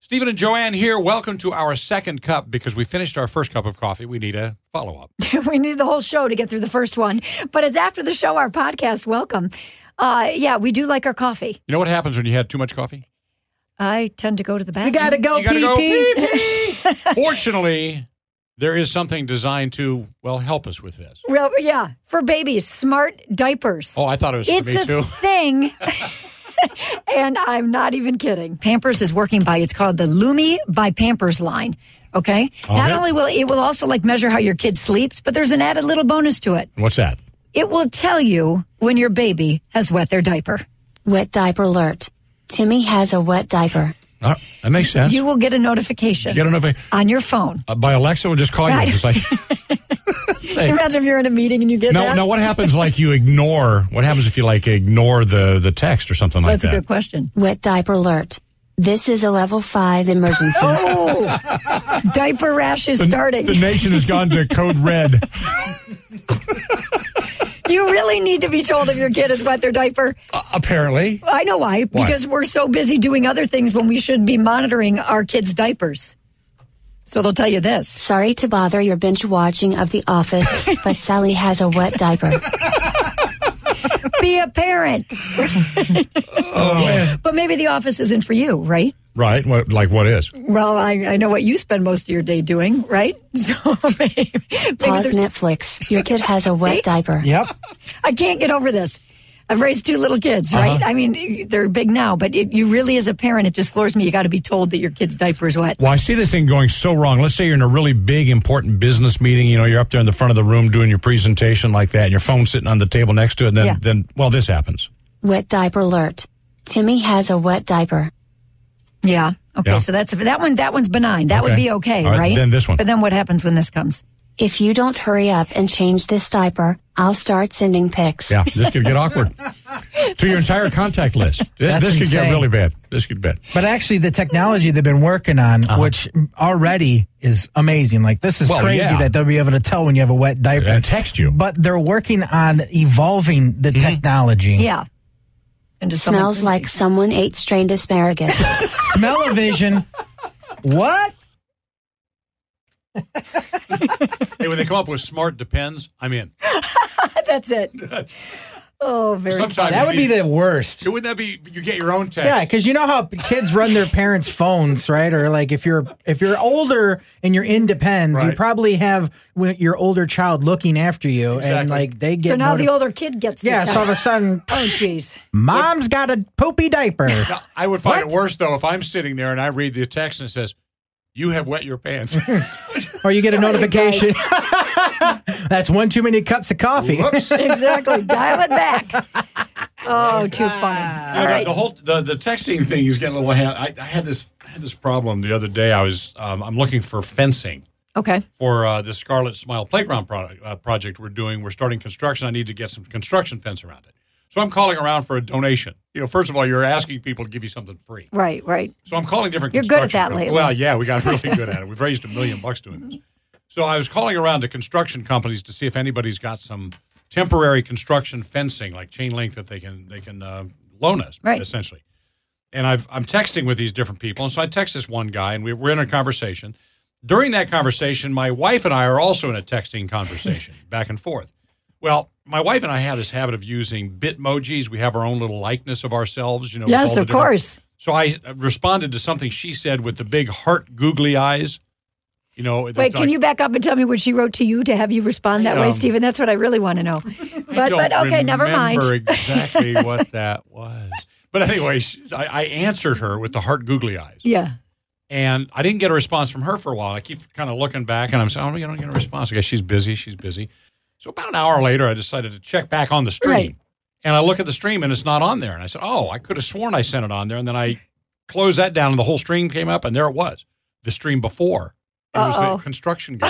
Stephen and Joanne here. Welcome to our second cup because we finished our first cup of coffee. We need a follow up. we need the whole show to get through the first one, but it's after the show, our podcast. Welcome. Uh, yeah, we do like our coffee. You know what happens when you had too much coffee? I tend to go to the You bathroom. gotta go, You gotta go PP. pee-pee. Fortunately, there is something designed to, well, help us with this. Well, yeah, for babies, smart diapers. Oh, I thought it was it's for me too. a thing. and I'm not even kidding. Pampers is working by it's called the Lumi by Pampers line. Okay? Not Okay. only will it will also like measure how your kid sleeps, but there's an added little bonus to it. What's that? It will tell you when your baby has wet their diaper. Wet diaper alert. Timmy has a wet diaper. Uh, that makes sense. You will get a notification don't know if I, on your phone. uh, by Alexa will just call Right. It's like, say, Imagine if you're in a meeting and you get no, that. no. What happens? Like you ignore. What happens if you like ignore the the text or something like That's a that? good question. Wet diaper alert. This is a level 5 emergency. Oh, diaper rash is starting. The nation has gone to code red. you really need to be told if your kid has wet their diaper. uh, Apparently, I know why. Why? Because we're so busy doing other things when we should be monitoring our kids' diapers. So they'll tell you this. Sorry to bother your binge watching of The Office, but Sally has a wet diaper. Be a parent. Oh, but maybe the office isn't for you, right? Uh, right? What, like what is? Well, I, I know what you spend most of your day doing, right? So maybe, maybe Pause there's- Netflix. Your kid has a wet diaper. Yep. I can't get over this. I've raised two little kids, right? I mean, they're big now, but it, you really, as a parent, it just floors me. You got to be told that your kid's diaper is wet. Well, I see this thing going so wrong. Let's say you're in a really big, important business meeting. You know, you're up there in the front of the room doing your presentation like that, and your phone's sitting on the table next to it. And then, Yeah. then well, this happens. Wet diaper alert. Timmy has a wet diaper. Yeah. Okay. Yeah. So that's that one. That one's benign. That would Okay. be okay, All right, right? then this one. But then what happens when this comes? If you don't hurry up and change this diaper, I'll start sending pics. Yeah, this could get awkward to your entire contact list. Th- That's this could get insane. really bad. This could get bad. But actually, the technology they've been working on, which already is amazing. Like this is Well, crazy yeah. that they'll be able to tell when you have a wet diaper And text you. But they're working on evolving the technology. Yeah. And just someone- Smells like someone ate strained asparagus. Smell-o-vision. what? Hey, when they come up with smart depends, I'm in. that's it. Oh, very. Sometimes That would be the worst. Wouldn't that be? You get your own text. Yeah, because you know how p- kids run their parents' phones, right? Or like if you're if you're older and you're in depends, you Right. probably have when your older child looking after you, Exactly. and like they get so now noti- the older kid gets. yeah. The So all of a text. sudden, Oh, jeez. mom's got a poopy diaper. I would find it worse though if I'm sitting there and I read the text and it says, "You have wet your pants." or you get a notification. That's one too many cups of coffee. Whoops. Exactly. Dial it back. Oh, too You funny. know, Uh, the, the whole the, the texting thing is getting a little. ha- I, I had this I had this problem the other day. I was um, I'm looking for fencing Okay. for uh, the Scarlet Smile Playground product, uh, project we're doing. We're starting construction. I need to get some construction fence around it. So I'm calling around for a donation. You know, first of all, you're asking people to give you something free. Right. Right. So I'm calling different. You're good at construction that com- lately. Well, yeah, we got really good at it. We've raised a million bucks doing this. So I was calling around to construction companies to see if anybody's got some temporary construction fencing, like chain link, that they can they can uh, loan us, Right. essentially. And I've, I'm texting with these different people, and so I text this one guy, and we, we're in a conversation. During that conversation, my wife and I are also in a texting conversation, back and forth. Well, my wife and I have this habit of using Bitmojis. We have our own little likeness of ourselves, you know. with all Yes, the of different- course. so I uh, responded to something she said with the big heart googly eyes. You know, Wait, that's can like- you back up and tell me what she wrote to you to have you respond that way, Um, Stephen? That's what I really want to know. I But but don't okay, never mind. remember exactly what that was. But anyway, she, I, I answered her with the heart googly eyes, Yeah. and I didn't get a response from her for a while. I keep kind of looking back, and I'm saying, "Oh, you don't get a response." I guess she's busy. She's busy. So about an hour later, I decided to check back on the stream, Right. and I look at the stream, and it's not on there. And I said, "Oh, I could have sworn I sent it on there." And then I closed that down, and the whole stream came up, and there it was, the stream before. And it was Uh-oh. the construction guy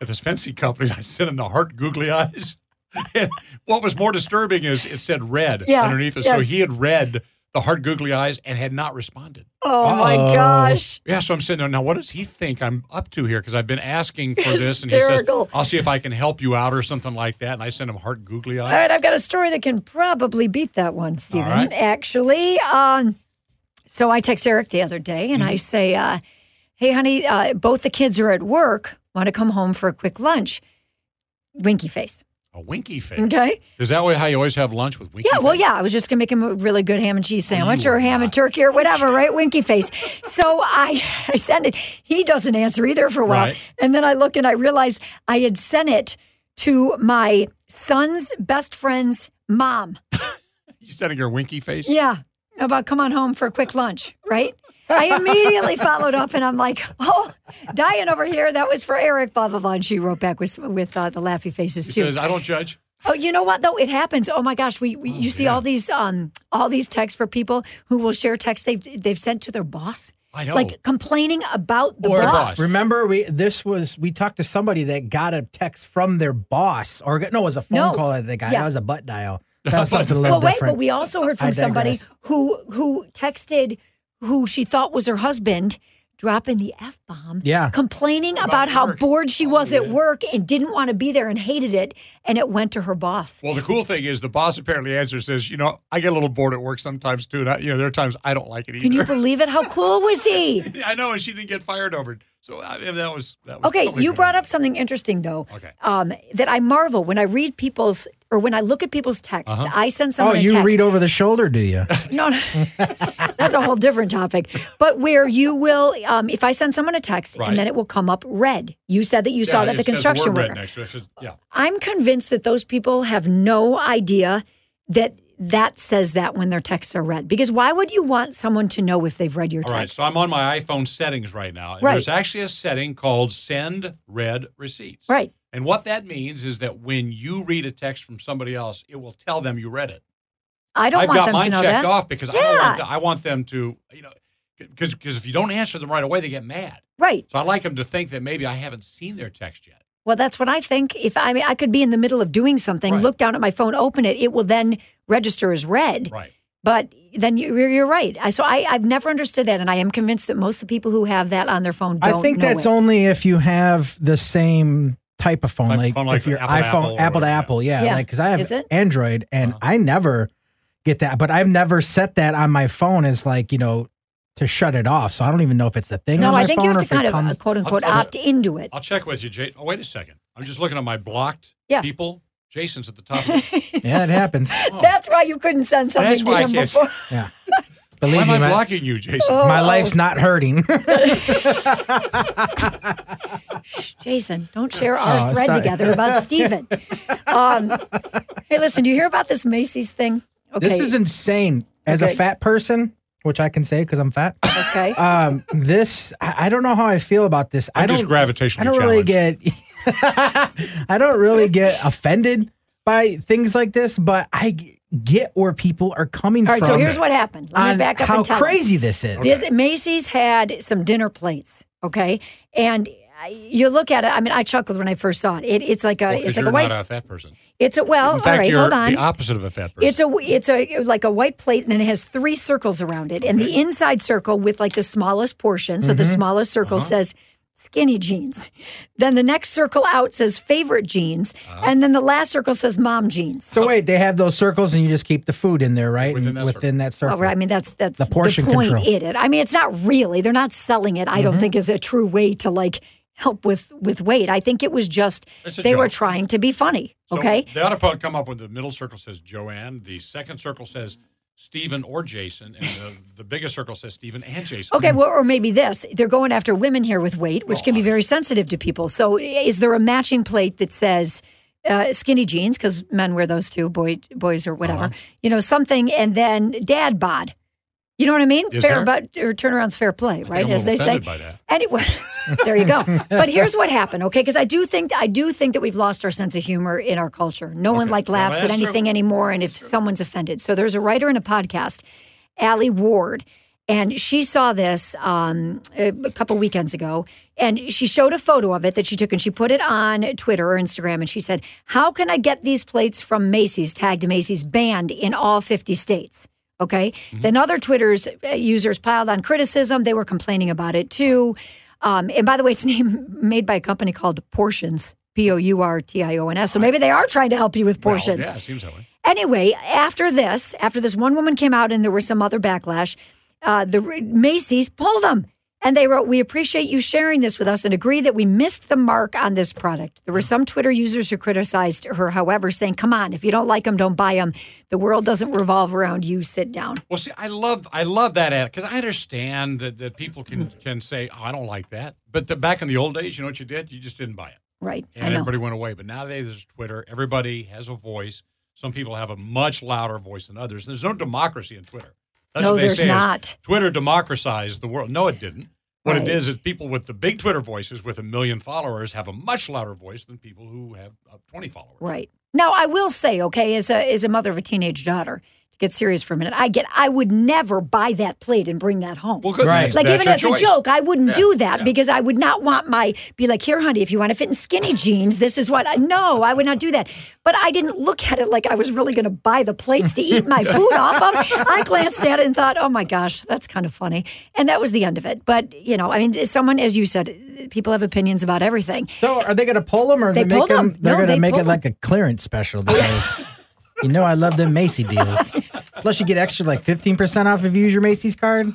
at this fencing company. and I sent him the heart googly eyes. And what was more disturbing is it said red Yeah, underneath it. yes. So he had read the heart googly eyes and had not responded. Oh my Uh-oh. gosh. Yeah, so I'm sitting there now. What does he think I'm up to here? Because I've been asking for this, and he says, Hysterical. "I'll see if I can help you out" or something like that. And I send him heart googly All eyes. right, I've got a story that can probably beat that one, Stephen. right. Actually, um, So I text Eric the other day and Mm-hmm. I say, uh, Hey, honey, uh, both the kids are at work. Want to come home for a quick lunch? Winky face. A winky face. Okay. Is that way how you always have lunch with winky Yeah, well, face? yeah, I was just going to make him a really good ham and cheese sandwich or ham and turkey or whatever, right? Winky face. So I, I sent it. He doesn't answer either for a while. Right. And then I look and I realize I had sent it to my son's best friend's mom. You sending your winky face? Yeah. About come on home for a quick lunch, right? I immediately followed up and I'm like, oh, Diane over here, that was for Eric, blah, blah, blah. And she wrote back with, with uh, the laughy faces He too. says, I don't judge. Oh, you know what though? It happens. Oh my gosh, we, we you see all these um all these texts for people who will share texts they've they've sent to their boss. I know. Like complaining about the Or the boss. boss. Remember, we this was we talked to somebody that got a text from their boss, or got- no, it was a phone No. call that they got. Yeah. That was a butt dial. That was something a little Well, wait, different. but we also heard I from somebody digress. who who texted who she thought was her husband dropping the f bomb. Yeah. complaining about, how work. bored she was at work and didn't want to be there and hated it, and it went to her boss. Well, the cool thing is the boss apparently answers says, you know, I get a little bored at work sometimes too. And I, you know, there are times I don't like it Can you either. believe it? How cool was he? I know, and she didn't get fired over it. So I mean, that was that was Okay, totally you cool. brought up something interesting though. Okay. Um, that I marvel when I read people's or when I look at people's texts. Uh-huh. I send oh, someone a you text. read over the shoulder, do you? no, no. that's a whole different topic. But where you will, um, if I send someone a text Right. and then it will come up red. You said that you Yeah, saw it that the says word construction red worker. next to it. It says- Yeah. I'm convinced that those people have no idea that that says that when their texts are read. Because why would you want someone to know if they've read your All right. text? So I'm on my iPhone settings right now. And Right. There's actually a setting called send red receipts. right. And what that means is that when you read a text from somebody else, it will tell them you read it. I don't I've want got them mine to know checked that. off because I don't want Yeah. them, I want them to, you know, because if you don't answer them right away, they get mad. Right. So I like them to think that maybe I haven't seen their text yet. Well, that's what I think. If I mean, I could be in the middle of doing something, Right. look down at my phone, open it, it will then register as read. Right. But then you- you're, you're right. I, so I, I've never understood that, and I am convinced that most of the people who have that on their phone don't. I think know that's it. only if you have the same type of phone, Type of like, phone, like if your Apple to Apple iPhone, or Apple to whatever, yeah. Oh. Apple, yeah, Yeah. like because I have Is it? Android and I never get that, but I've never set that on my phone as like you know to shut it off. So I don't even know if it's a thing. on No, my I think phone you have or to if it kind of comes- uh, quote unquote I'll- I'll- opt into it. I'll check with you, Jay. Oh, wait a second. I'm just looking at my blocked Yeah. people. Jason's at the top. Of the- uh, yeah, it happens. That's why you couldn't send something That's to why I him can't- before. Yeah, Why believe am me, I my, blocking you, Jason? Oh. my life's not hurting. Jason, don't share our Oh, thread sorry. together about Steven. um, hey, listen, do you hear about this Macy's thing? Okay. This is insane. As Okay. a fat person, which I can say because I'm fat. okay. Um, this I I don't know how I feel about this. I I'm don't just gravitationally I don't really challenged. get I don't really get offended by things like this, but I g- get where people are coming All right, from. so here's what happened. Let on me back up how and tell you. crazy this is. This, Macy's had some dinner plates, okay, and I- you look at it. I mean, I chuckled when I first saw it. it it's like a, Well, 'cause it's like you're a white. not a fat person. it's a well. In fact, Oh, all right, you're hold on. the opposite of a fat person. It's a it's a like a white plate, and then it has three circles around it, and the inside circle with like the smallest portion. So Mm-hmm. the smallest circle Uh-huh. says skinny jeans. Then the next circle out says favorite jeans, Uh-huh. and then the last circle says mom jeans. so wait, they have those circles and you just keep the food in there, right? Within And that within that circle. Well, Oh, right, I mean that's that's the portion point control. in it. I mean, it's not really. They're not selling it. I don't think is a true way to like help with with weight. I think it was just It's a they were joke. trying to be funny. So okay, The other part come up with the middle circle says Joanne. The second circle says Stephen or Jason, and the, the biggest circle says Stephen and Jason. okay, well, or maybe this. They're going after women here with weight, which can be very sensitive to people. So, is there a matching plate that says? Uh, skinny jeans because men wear those too, boy, boys or whatever, you know something, and then dad bod, you know what I mean? Is there? fair, but or turnaround's fair play, think right? I'm a As they little say. offended by that. Anyway, there you go. But here's what happened, okay? Because I do think I do think that we've lost our sense of humor in our culture. No one like Well, laughs at that's true. anything anymore, and if someone's offended, so there's a writer in a podcast, Allie Ward, and she saw this um, a a couple weekends ago, and she showed a photo of it that she took, and she put it on Twitter or Instagram, and she said, "How can I get these plates from Macy's tagged Macy's banned in all 50 states?" Okay. Then other Twitter's uh, users piled on criticism. They were complaining about it too. Um, and by the way, it's named made by a company called Portions, P O U R T I O N S. So maybe they are trying to help you with Well, portions. yeah, it seems that way. Anyway, after this, after this one woman came out and there was some other backlash, uh, the Macy's pulled them. And they wrote, We appreciate you sharing this with us and agree that we missed the mark on this product. There were some Twitter users who criticized her, however, saying, Come on, if you don't like them, don't buy them. The world doesn't revolve around you. Sit down. Well, see, I love I love that ad because I understand that, that people can can say, "Oh, I don't like that," but the, back in the old days, you know what you did? You just didn't buy it, Right. I and know. everybody went away. But nowadays, there's Twitter. Everybody has a voice. Some people have a much louder voice than others. There's no democracy in Twitter. That's No, what they there's say is not. Twitter democratized the world. No, it didn't. What Right. it is is people with the big Twitter voices with a million followers have a much louder voice than people who have uh, 20 followers. Right. Now, I will say, okay, as a, as a mother of a teenage daughter, to get serious for a minute, I get, I would never buy that plate and bring that home. Well, good. Right. that's- like that's even your as choice. a joke, I wouldn't Yeah, do that yeah. because I would not want my be like, here, honey, if you want to fit in skinny jeans, this is what. I, no, I would not do that. But I didn't look at it like I was really going to buy the plates to eat my food off of. I glanced at it and thought, oh my gosh, that's kind of funny, and that was the end of it. But you know, I mean, someone, as you said, people have opinions about everything. So are they going to pull them or They they, make pulled them? 'em. They're No, going to they make it pulled like a clearance special. Because you know I love them Macy deals. Plus you get extra like fifteen percent off if you use your Macy's card.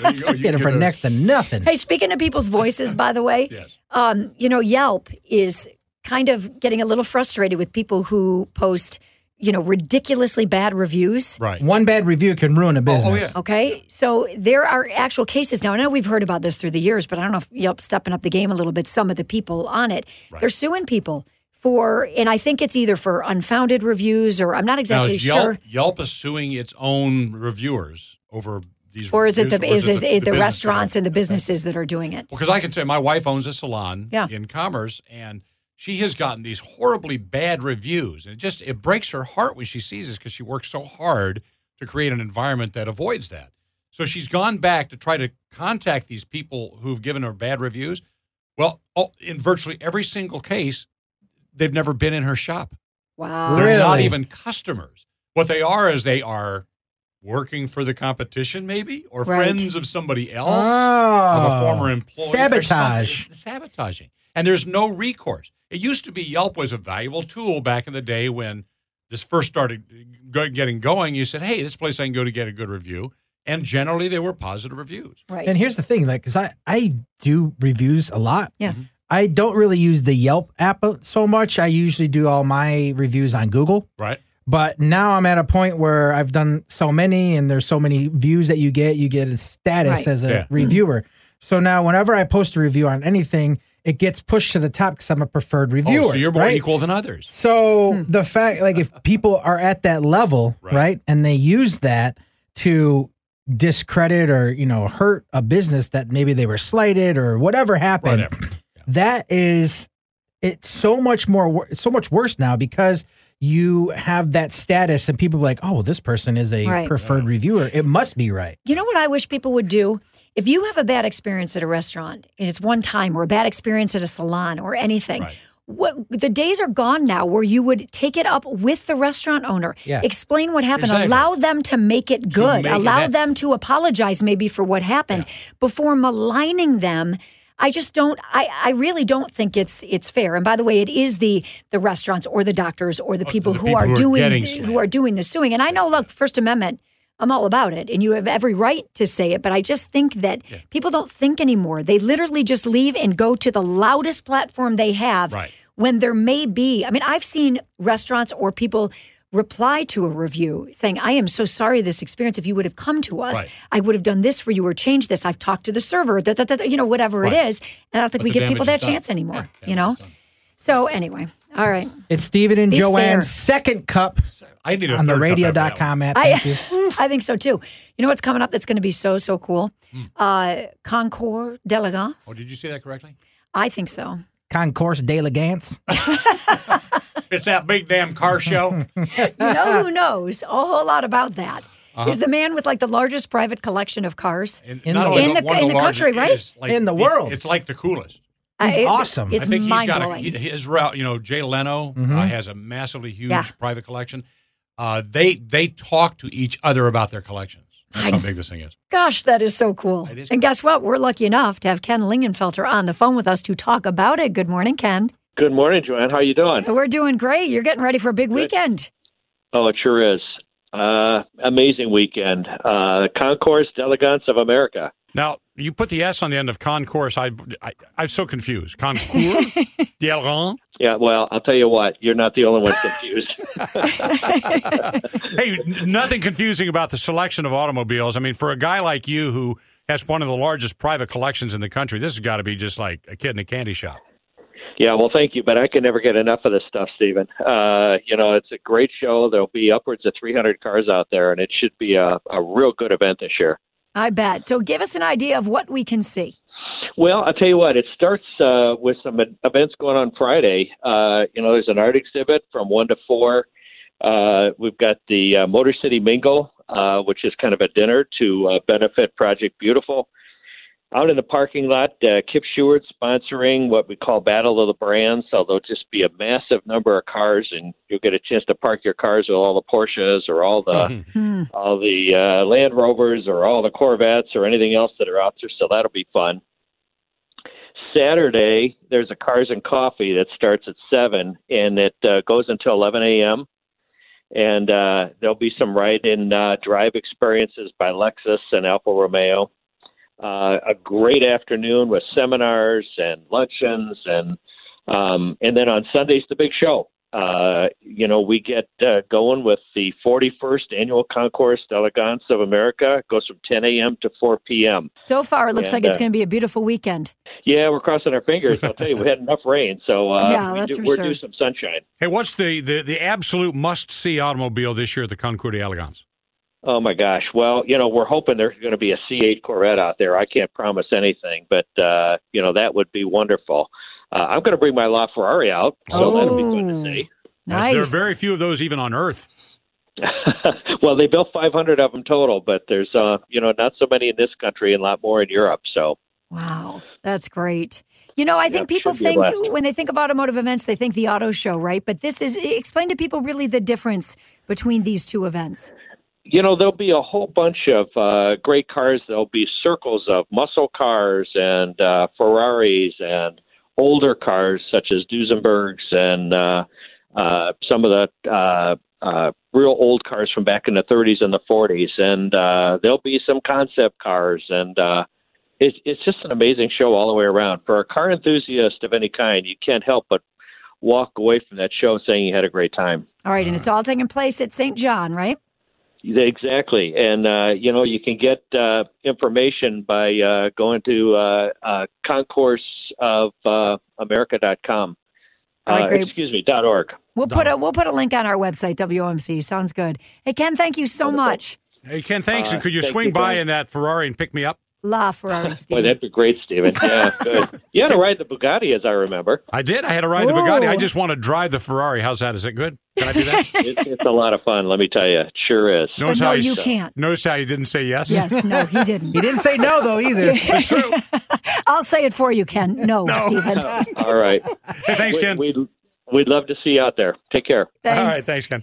There you go. You Get get them for those. next to nothing. Hey, speaking of people's voices, by the way, Yes. um, you know, Yelp is kind of getting a little frustrated with people who post, you know, ridiculously bad reviews. Right. One bad review can ruin a business. Oh, yeah. Okay, so there are actual cases now. I know we've heard about this through the years, but I don't know if Yelp stepping up the game a little bit. Some of the people on it, they're suing people for, and I think it's either for unfounded reviews or I'm not Now, exactly is Yelp, sure. Yelp is suing its own reviewers over these, Or is it the reviews, or is it the, business restaurants people? and the businesses that are doing it? Because I can say my wife owns a salon Yeah. in Commerce, and she has gotten these horribly bad reviews, and it just it breaks her heart when she sees this because she works so hard to create an environment that avoids that. So she's gone back to try to contact these people who've given her bad reviews. Well, all, in virtually every single case, they've never been in her shop. Wow. They're not Really? even customers. What they are is they are working for the competition, maybe, or Right. friends of somebody else, of a Oh. former employee. or Sabotage. something. It's sabotaging. And there's no recourse. It used to be Yelp was a valuable tool back in the day when this first started go- getting going. You said, hey, this place I can go to get a good review. And generally, they were positive reviews. Right. And here's the thing, like, cause I I do reviews a lot. Yeah. Mm-hmm. I don't really use the Yelp app so much. I usually do all my reviews on Google. Right. But now I'm at a point where I've done so many, and there's so many views that you get. You get a status Right. as a Yeah. Mm-hmm. reviewer. So now, whenever I post a review on anything, it gets pushed to the top because I'm a preferred reviewer. oh, so you're more right? equal than others. So Hmm. the fact, like, if people are at that level, Right. right. and they use that to discredit or you know hurt a business that maybe they were slighted or whatever happened, Whatever. that is it's so much more wor- so much worse now because you have that status and people are like, oh, well, this person is a Right. preferred reviewer. It must be right. You know what I wish people would do? If you have a bad experience at a restaurant and it's one time, or a bad experience at a salon or anything, Right. what the days are gone now where you would take it up with the restaurant owner, Yeah. explain what happened, Exactly. allow them to make it good, make it allow happen. them to apologize maybe for what happened before maligning them. I just don't. I, I really don't think it's it's fair. And by the way, it is the the restaurants or the doctors or the people, Oh, the who, people are who are getting doing slammed. who are doing the suing. And I know, look, First Amendment, I'm all about it, and you have every right to say it. But I just think that people don't think anymore. They literally just leave and go to the loudest platform they have Right. when there may be. I mean, I've seen restaurants or people reply to a review saying, I am so sorry this experience. If you would have come to us, Right. I would have done this for you or changed this. I've talked to the server, da, da, da, da, you know, whatever Right. it is. And I don't think But we the give people damage that is done. chance anymore, Yeah, you know? damage is done. So, anyway, all right. It's Stephen and Be fair. Joanne's second cup I need a on the third cup after that one. radio.com app. I, Thank you. I think so too. You know what's coming up that's going to be so, so cool? Hmm. Uh, Concours d'Elegance. Oh, did you say that correctly? I think so. Concourse d'elegance. It's that big damn car show. you know who knows a whole lot about that is Uh-huh. the man with like the largest private collection of cars. And In not the- only in the, the- one of in the largest, country, right? it's like In the world. It's like the coolest. He's Uh, it- awesome. It's I think he's mind got a, blowing. he- his route. You know, Jay Leno uh, has a massively huge Yeah. private collection. Uh, they they talk to each other about their collections. That's how big this thing is. Gosh, that is so cool. It is and guess what? We're lucky enough to have Ken Lingenfelter on the phone with us to talk about it. Good morning, Ken. Good morning, Joanne. How you doing? We're doing great. You're getting ready for a big weekend. Oh, it sure is. Uh, amazing weekend. Uh, Concourse Delegates of America. Now you put the S on the end of concourse. I, I I'm so confused. Concours, D'Aileron? Yeah, well, I'll tell you what, you're not the only one confused. Hey, n- nothing confusing about the selection of automobiles. I mean, for a guy like you who has one of the largest private collections in the country, this has got to be just like a kid in a candy shop. yeah, well, thank you, but I can never get enough of this stuff, Stephen. Uh, you know, it's a great show. There'll be upwards of 300 cars out there, and it should be a, a real good event this year. I bet. So give us an idea of what we can see. Well, I'll tell you what, it starts uh, with some e- events going on Friday. Uh, you know, there's an art exhibit from 1 to 4. Uh, we've got the uh, Motor City Mingle, uh, which is kind of a dinner to uh, benefit Project Beautiful. Out in the parking lot, uh, Kip Seward sponsoring what we call Battle of the Brands. So there'll just be a massive number of cars, and you'll get a chance to park your cars with all the Porsches or all the Uh-huh. Hmm. all the uh, Land Rovers or all the Corvettes or anything else that are out there. So that'll be fun. Saturday, there's a Cars and Coffee that starts at 7 and it uh, goes until 11 a.m. And uh, there'll be some ride in uh, drive experiences by Lexus and Alfa Romeo. Uh, a great afternoon with seminars and luncheons and um, and then on Sundays, the big show. Uh, you know, we get uh, going with the 41st annual Concourse d'Elegance of America. It goes from 10 a.m. to 4 p.m. So far, it looks Yeah, like it's that- going to be a beautiful weekend. Yeah, we're crossing our fingers. I'll tell you, we had enough rain, so uh, Yeah, we that's do, for we're sure. due some sunshine. Hey, what's the the, the absolute must see automobile this year at the Concours d'Elegance? Oh my gosh! Well, you know, we're hoping there's going to be a C8 Corvette out there. I can't promise anything, but uh, you know that would be wonderful. Uh, I'm going to bring my La Ferrari out, so that'll be fun Oh. to see. As Nice. There are very few of those even on Earth. well, they built 500 of them total, but there's uh, you know not so many in this country and a lot more in Europe. So Wow, that's great. You know, I think it people should be a think blast. when they think of automotive events, they think the auto show, right? But this is explain to people really the difference between these two events. you know there'll be a whole bunch of uh, great cars. There'll be circles of muscle cars and uh, Ferraris and older cars such as Duesenbergs and uh, uh, some of the uh, uh, real old cars from back in the 30s and the 40s. And uh, there'll be some concept cars and. Uh, it's it's just an amazing show all the way around. For a car enthusiast of any kind, you can't help but walk away from that show saying you had a great time. All right, Mm. and it's all taking place at St. John, right? Exactly, and uh, you know you can get uh, information by uh, going to uh, uh, concourseofamerica.com. Uh, All right, great. excuse me, dot org. We'll put a we'll put a link on our website, WMC. Sounds good. Hey Ken, thank you so much. Hey, Ken, thanks. Uh, and could you thank swing you, by Bill. in that Ferrari and pick me up? La Ferrari. Steve. Boy, that'd be great, Stephen. Yeah, good. You had to ride the Bugatti, as I remember. I did. I had a ride in the Bugatti. I Oh. Whoa. just want to drive the Ferrari. How's that? Is that good? Can I do that? It's, it's a lot of fun, let me tell you. It sure is. But Notice no, how you he, can't. Notice how he didn't say yes. Yes, no, he He didn't. didn't say no though either. I'll say it for you, Ken. No, Stephen. All right, Hey, thanks, Ken. We, would we'd love to see you out there. Take care. All Thanks. right, thanks, Ken.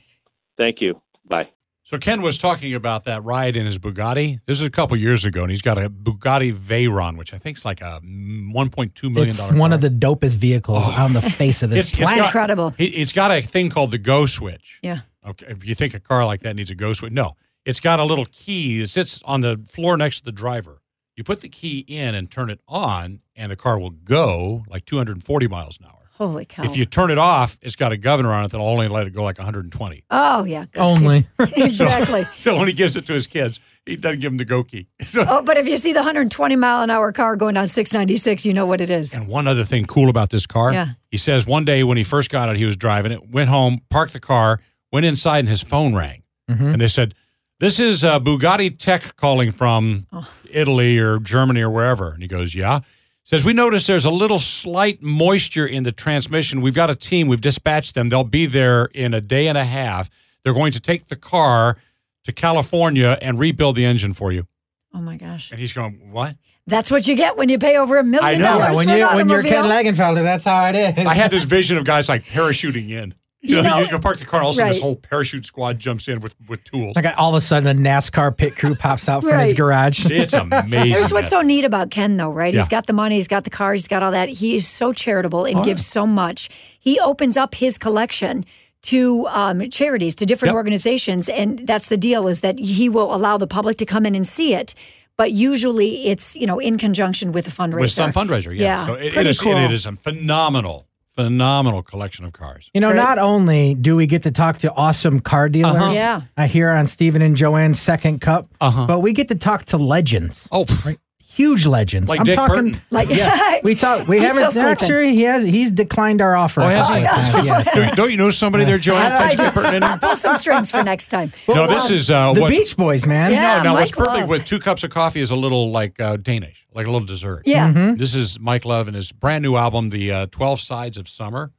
Thank you. Bye. So Ken was talking about that ride in his Bugatti. This is a couple years ago, and he's got a Bugatti Veyron, which I think is like a one point two million It's dollar. one car. Oh. of the dopest vehicles on the face of this It's- it's planet. not- Incredible. It- It's got a thing called the go switch. Yeah. Okay. If you think a car like that needs a go switch, no. It's got a little key that sits on the floor next to the driver. You put the key in and turn it on, and the car will go like 240 miles an hour. Holy cow. If you turn it off, it's got a governor on it that'll only let it go like 120. oh yeah. good. Only. exactly. So when he gives it to his kids, he doesn't give them the go key. So- Oh, but if you see the 120 mile an hour car going down 696, you know what it is. And one other thing cool about this car, Yeah. he says one day when he first got it, he was driving it, went home, parked the car, went inside, and his phone rang. Mhm. And they said, This is uh, Bugatti Tech calling from Italy or Germany or wherever. And he goes, Yeah. Says, We noticed there's a little slight moisture in the transmission. We've got a team, we've dispatched them. They'll be there in a day and a half. They're going to take the car to California and rebuild the engine for you. Oh my gosh. And he's going, What? That's what you get when you pay over a million know. dollars Yeah, when for you an when you're Ken automobile. Lagenfelder, that's how it is. I had this vision of guys like parachuting in. You know, You know- you, you park the car, all of a sudden this Right. whole parachute squad jumps in with, with tools. Like all of a sudden, a NASCAR pit crew pops out from his Right. garage. It's amazing. Here's what's so neat about Ken, though, right? He's Yeah. got the money, he's got the cars, he's got all that. He is so charitable and gives so much. He opens up his collection to um, charities, to different Yep. organizations, and that's the deal: is that he will allow the public to come in and see it, but usually it's you know in conjunction with a fundraiser. with some fundraiser. Yeah, Yeah, so it, it pretty is cool. it is a phenomenal, phenomenal collection of cars. You know, Great. not only do we get to talk to awesome car dealers Uh-huh. Yeah. uh, here on Stephen and Joanne's Second Cup, Uh-huh. but we get to talk to legends, Oh, right. huge legends. Like I'm Dick talking. Burton. Like We talk. We He's haven't. still sleeping. Actually, he has. He's declined our offer. Oh, a has couple he? of times, yes. don't, don't you know somebody there, Joanne? Thanks, Dick Burton, in there. pull some strings for next time. No, this is uh, the what's Beach Boys, man. Yeah. no, now what's Mike perfect Love. with two cups of coffee is a little like uh, Danish, like a little dessert. Yeah. This is Mike Love and his brand new album, The uh, 12 Sides of Summer,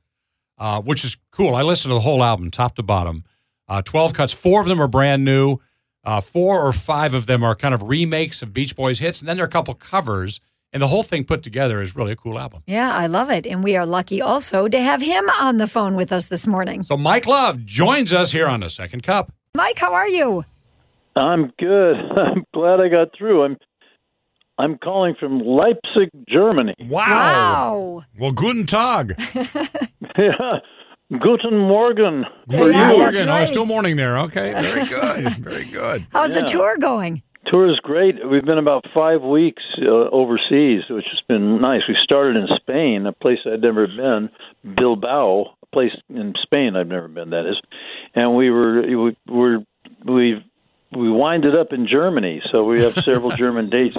uh, which is cool. I listened to the whole album, top to bottom. Uh, 12 cuts, four of them are brand new. Uh, four or five of them are kind of remakes of Beach Boys hits, and then there are a couple covers. And the whole thing put together is really a cool album. Yeah, I love it. And we are lucky also to have him on the phone with us this morning. So Mike Love joins us here on the second cup. Mike, how are you? I'm good. I'm glad I got through. I'm I'm calling from Leipzig, Germany. Wow. Well, guten Tag. Yeah. Guten Morgen. Where Yeah, you? that's Morgan? Oh, it's still right. morning there. Okay. Very good. Very good. How's the Yeah. tour going? Tour is great. We've been about five weeks uh, overseas, which has been nice. We started in Spain, a place I'd never been, Bilbao, a place in Spain I've never been. That is, and we were we were we we winded up in Germany, so we have several German dates,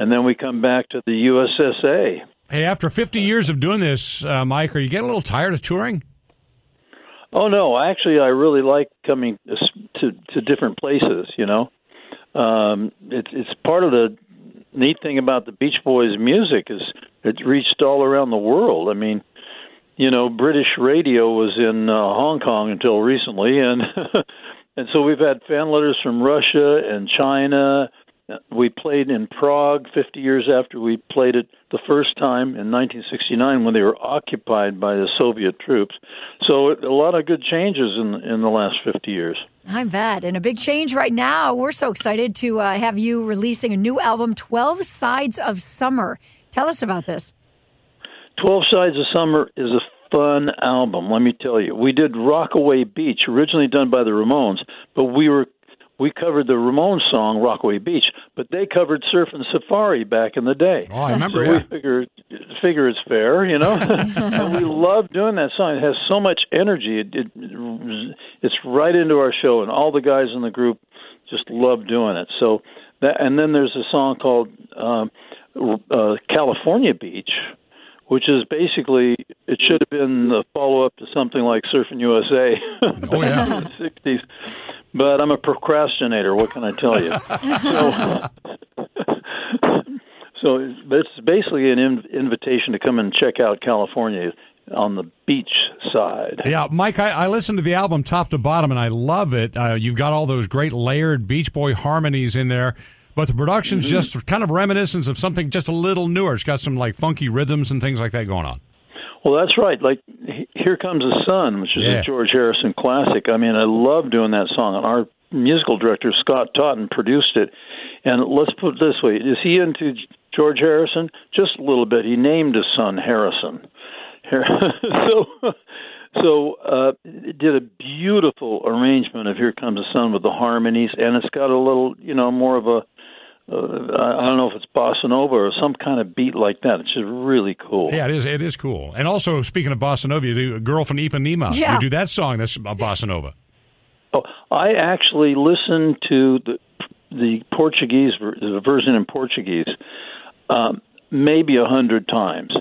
and then we come back to the USSA. Hey, after 50 years of doing this, uh, Mike, are you getting a little tired of touring? Oh no, actually, I really like coming to to different places. You know, um, it's it's part of the neat thing about the Beach Boys music is it's reached all around the world. I mean, you know, British radio was in uh, Hong Kong until recently, and and so we've had fan letters from Russia and China. We played in Prague 50 years after we played it the first time in 1969 when they were occupied by the Soviet troops. So it, a lot of good changes in in the last 50 years. I bet. And a big change right now. We're so excited to uh, have you releasing a new album, 12 Sides of Summer. Tell us about this. 12 Sides of Summer is a fun album, let me tell you. We did Rockaway Beach, originally done by the Ramones, but we were we covered the Ramones song Rockaway Beach, but they covered Surf and Safari back in the day. Oh, I remember. So yeah. we figure figure it's fair, you know. and we love doing that song. It has so much energy. It, it it's right into our show, and all the guys in the group just love doing it. So that, and then there's a song called um, uh, California Beach, which is basically it should have been the follow up to something like Surfing USA. Oh, yeah. Sixties. But I'm a procrastinator. What can I tell you? So but it's basically an in- invitation to come and check out California on the beach side. Yeah, Mike, I, I listened to the album top to bottom, and I love it. Uh, you've got all those great layered Beach Boy harmonies in there, but the production's just kind of reminiscence of something just a little newer. It's got some like funky rhythms and things like that going on. Well, that's right. Like H- Here Comes the Sun, which is Yeah. a George Harrison classic. I mean, I love doing that song. And our musical director, Scott Totten, produced it. And let's put it this way Is he into G- George Harrison? Just a little bit. He named his son Harrison. Har- so. So uh it did a beautiful arrangement of Here Comes the Sun with the harmonies and it's got a little, you know, more of a uh, I I don't know if it's bossa nova or some kind of beat like that. It's just really cool. Yeah, it is. It is cool. And also, speaking of bossa nova, you do "Girl from Ipanema." Yeah. You do that song. That's a bossa nova. Oh, I actually listened to the the Portuguese ver- the version in Portuguese um, maybe a hundred times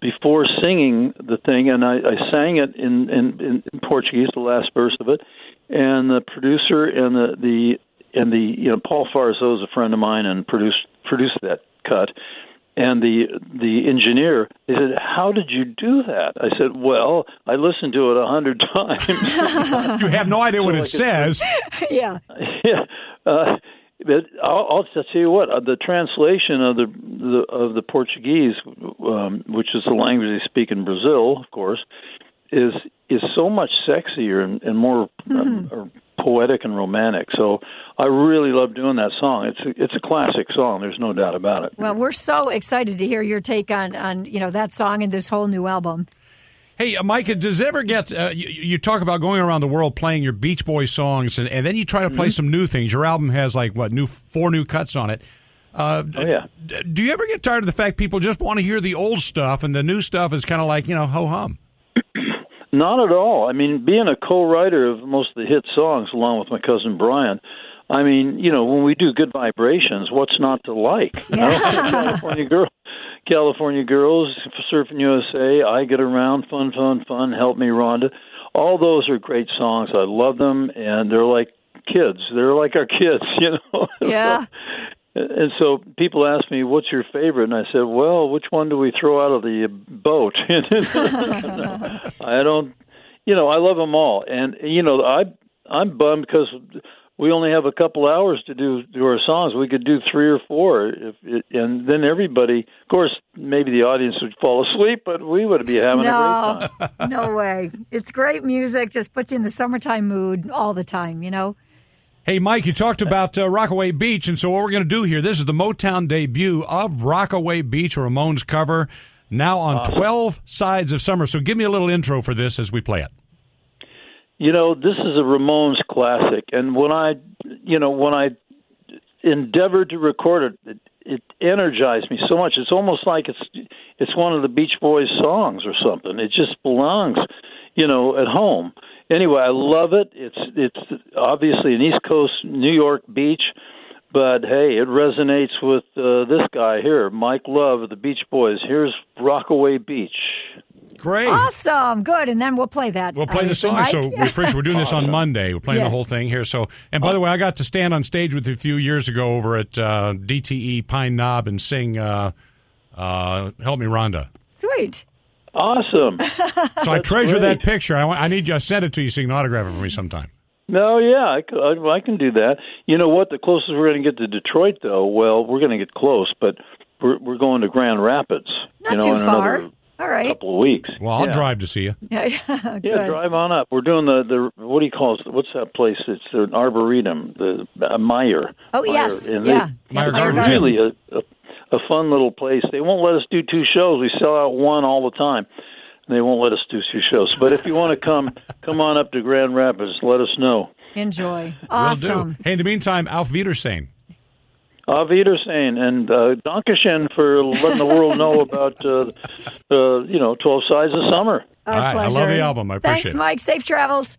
before singing the thing, and I, I sang it in, in in Portuguese, the last verse of it, and the producer and the the and the you know Paul Farzo is a friend of mine and produced produced that cut. And the the engineer, they said, "How did you do that?" I said, "Well, I listened to it a hundred times." You have no idea what it Like a- says. yeah. yeah. Uh, but I'll, I'll just tell you what uh, the translation of the, the of the Portuguese, um, which is the language they speak in Brazil, of course, is is so much sexier and, and more um, or poetic and romantic. So I really love doing that song. It's a, it's a classic song. There's no doubt about it. Well, we're so excited to hear your take on, on you know, that song and this whole new album. Hey, uh, Micah, does it ever get uh, you, you talk about going around the world playing your Beach Boys songs, and, and then you try to play some new things. Your album has like what new four new cuts on it. Uh, Oh, yeah. d- do you ever get tired of the fact people just want to hear the old stuff, and the new stuff is kind of like you know ho hum? Not at all. I mean, being a co-writer of most of the hit songs, along with my cousin Brian. I mean, you know, when we do Good Vibrations, what's not to like? You know? California Girl, California Girls, Surfing USA, I Get Around, Fun, Fun, Fun, Help Me, Rhonda. All those are great songs. I love them, and they're like kids. They're like our kids, you know. Yeah. And so people ask me, "What's your favorite?" And I said, "Well, which one do we throw out of the boat?" I don't, you know, I love them all, and you know, I I'm bummed because we only have a couple hours to do do our songs. We could do three or four, if it, and then everybody, of course, maybe the audience would fall asleep, but we would be having a great No, time. no way. It's great music. Just puts you in the summertime mood all the time, you know? Hey, Mike, you talked about uh, Rockaway Beach, and so what we're going to do here, this is the Motown debut of Rockaway Beach, Ramon's cover, now on 12 Sides of Summer. So give me a little intro for this as we play it. You know, this is a Ramones classic, and when I, you know, when I endeavored to record it, it, it energized me so much. It's almost like it's it's one of the Beach Boys songs or something. It just belongs, you know, at home. Anyway, I love it. It's it's obviously an East Coast New York beach, but hey, it resonates with uh, this guy here, Mike Love of the Beach Boys. Here's Rockaway Beach. Great. Awesome. Good. And then we'll play that. We'll play the obviously, song. Mike. So we appreciate we're doing this on Monday. We're playing Yeah. the whole thing here. So, and by the way, I got to stand on stage with you a few years ago over at uh, DTE Pine Knob and sing uh, uh, "Help Me, Rhonda." Sweet. Awesome. So I treasure great. that picture. I, want, I need you. I sent it to you. So you can autograph it for me sometime. No, yeah, I, c- I- I can do that. You know what? The closest we're going to get to Detroit, though, well, we're going to get close, but we're, we're going to Grand Rapids. Not you know, too in far. another All right. couple of weeks. Well, I'll yeah. drive to see you. Yeah, Yeah, good. drive on up. We're doing the the what do you call it? What's that place? It's an arboretum, the uh, Meyer. Oh, Meyer, yes. and Yeah. Meyer Yeah, the They're Gardens. really a, a, a fun little place. They won't let us do two shows. We sell out one all the time. They won't let us do two shows. But if you want to come, come on up to Grand Rapids. Let us know. Enjoy. Will Awesome. do. Hey, in the meantime, Alf Wiedersehen. Auf Wiedersehen and uh, Dankeschön for letting the world know about uh, uh, you know Twelve Sides of Summer. Our All right, I love pleasure. the album. I Thanks, appreciate it. Mike. Safe travels.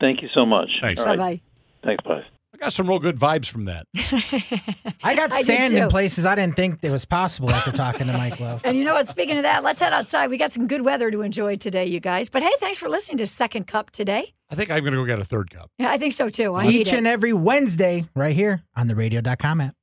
Thank you so much. Thanks. All right. Bye-bye. Thanks. Bye. I got some real good vibes from that. I got I did sand too. in places I didn't think it was possible after talking to Mike Love. And you know what? Speaking of that, let's head outside. We got some good weather to enjoy today, you guys. But hey, thanks for listening to Second Cup today. I think I'm going to go get a third cup. Yeah, I think so too. I need Each it. and every Wednesday, right here on the radio.com app.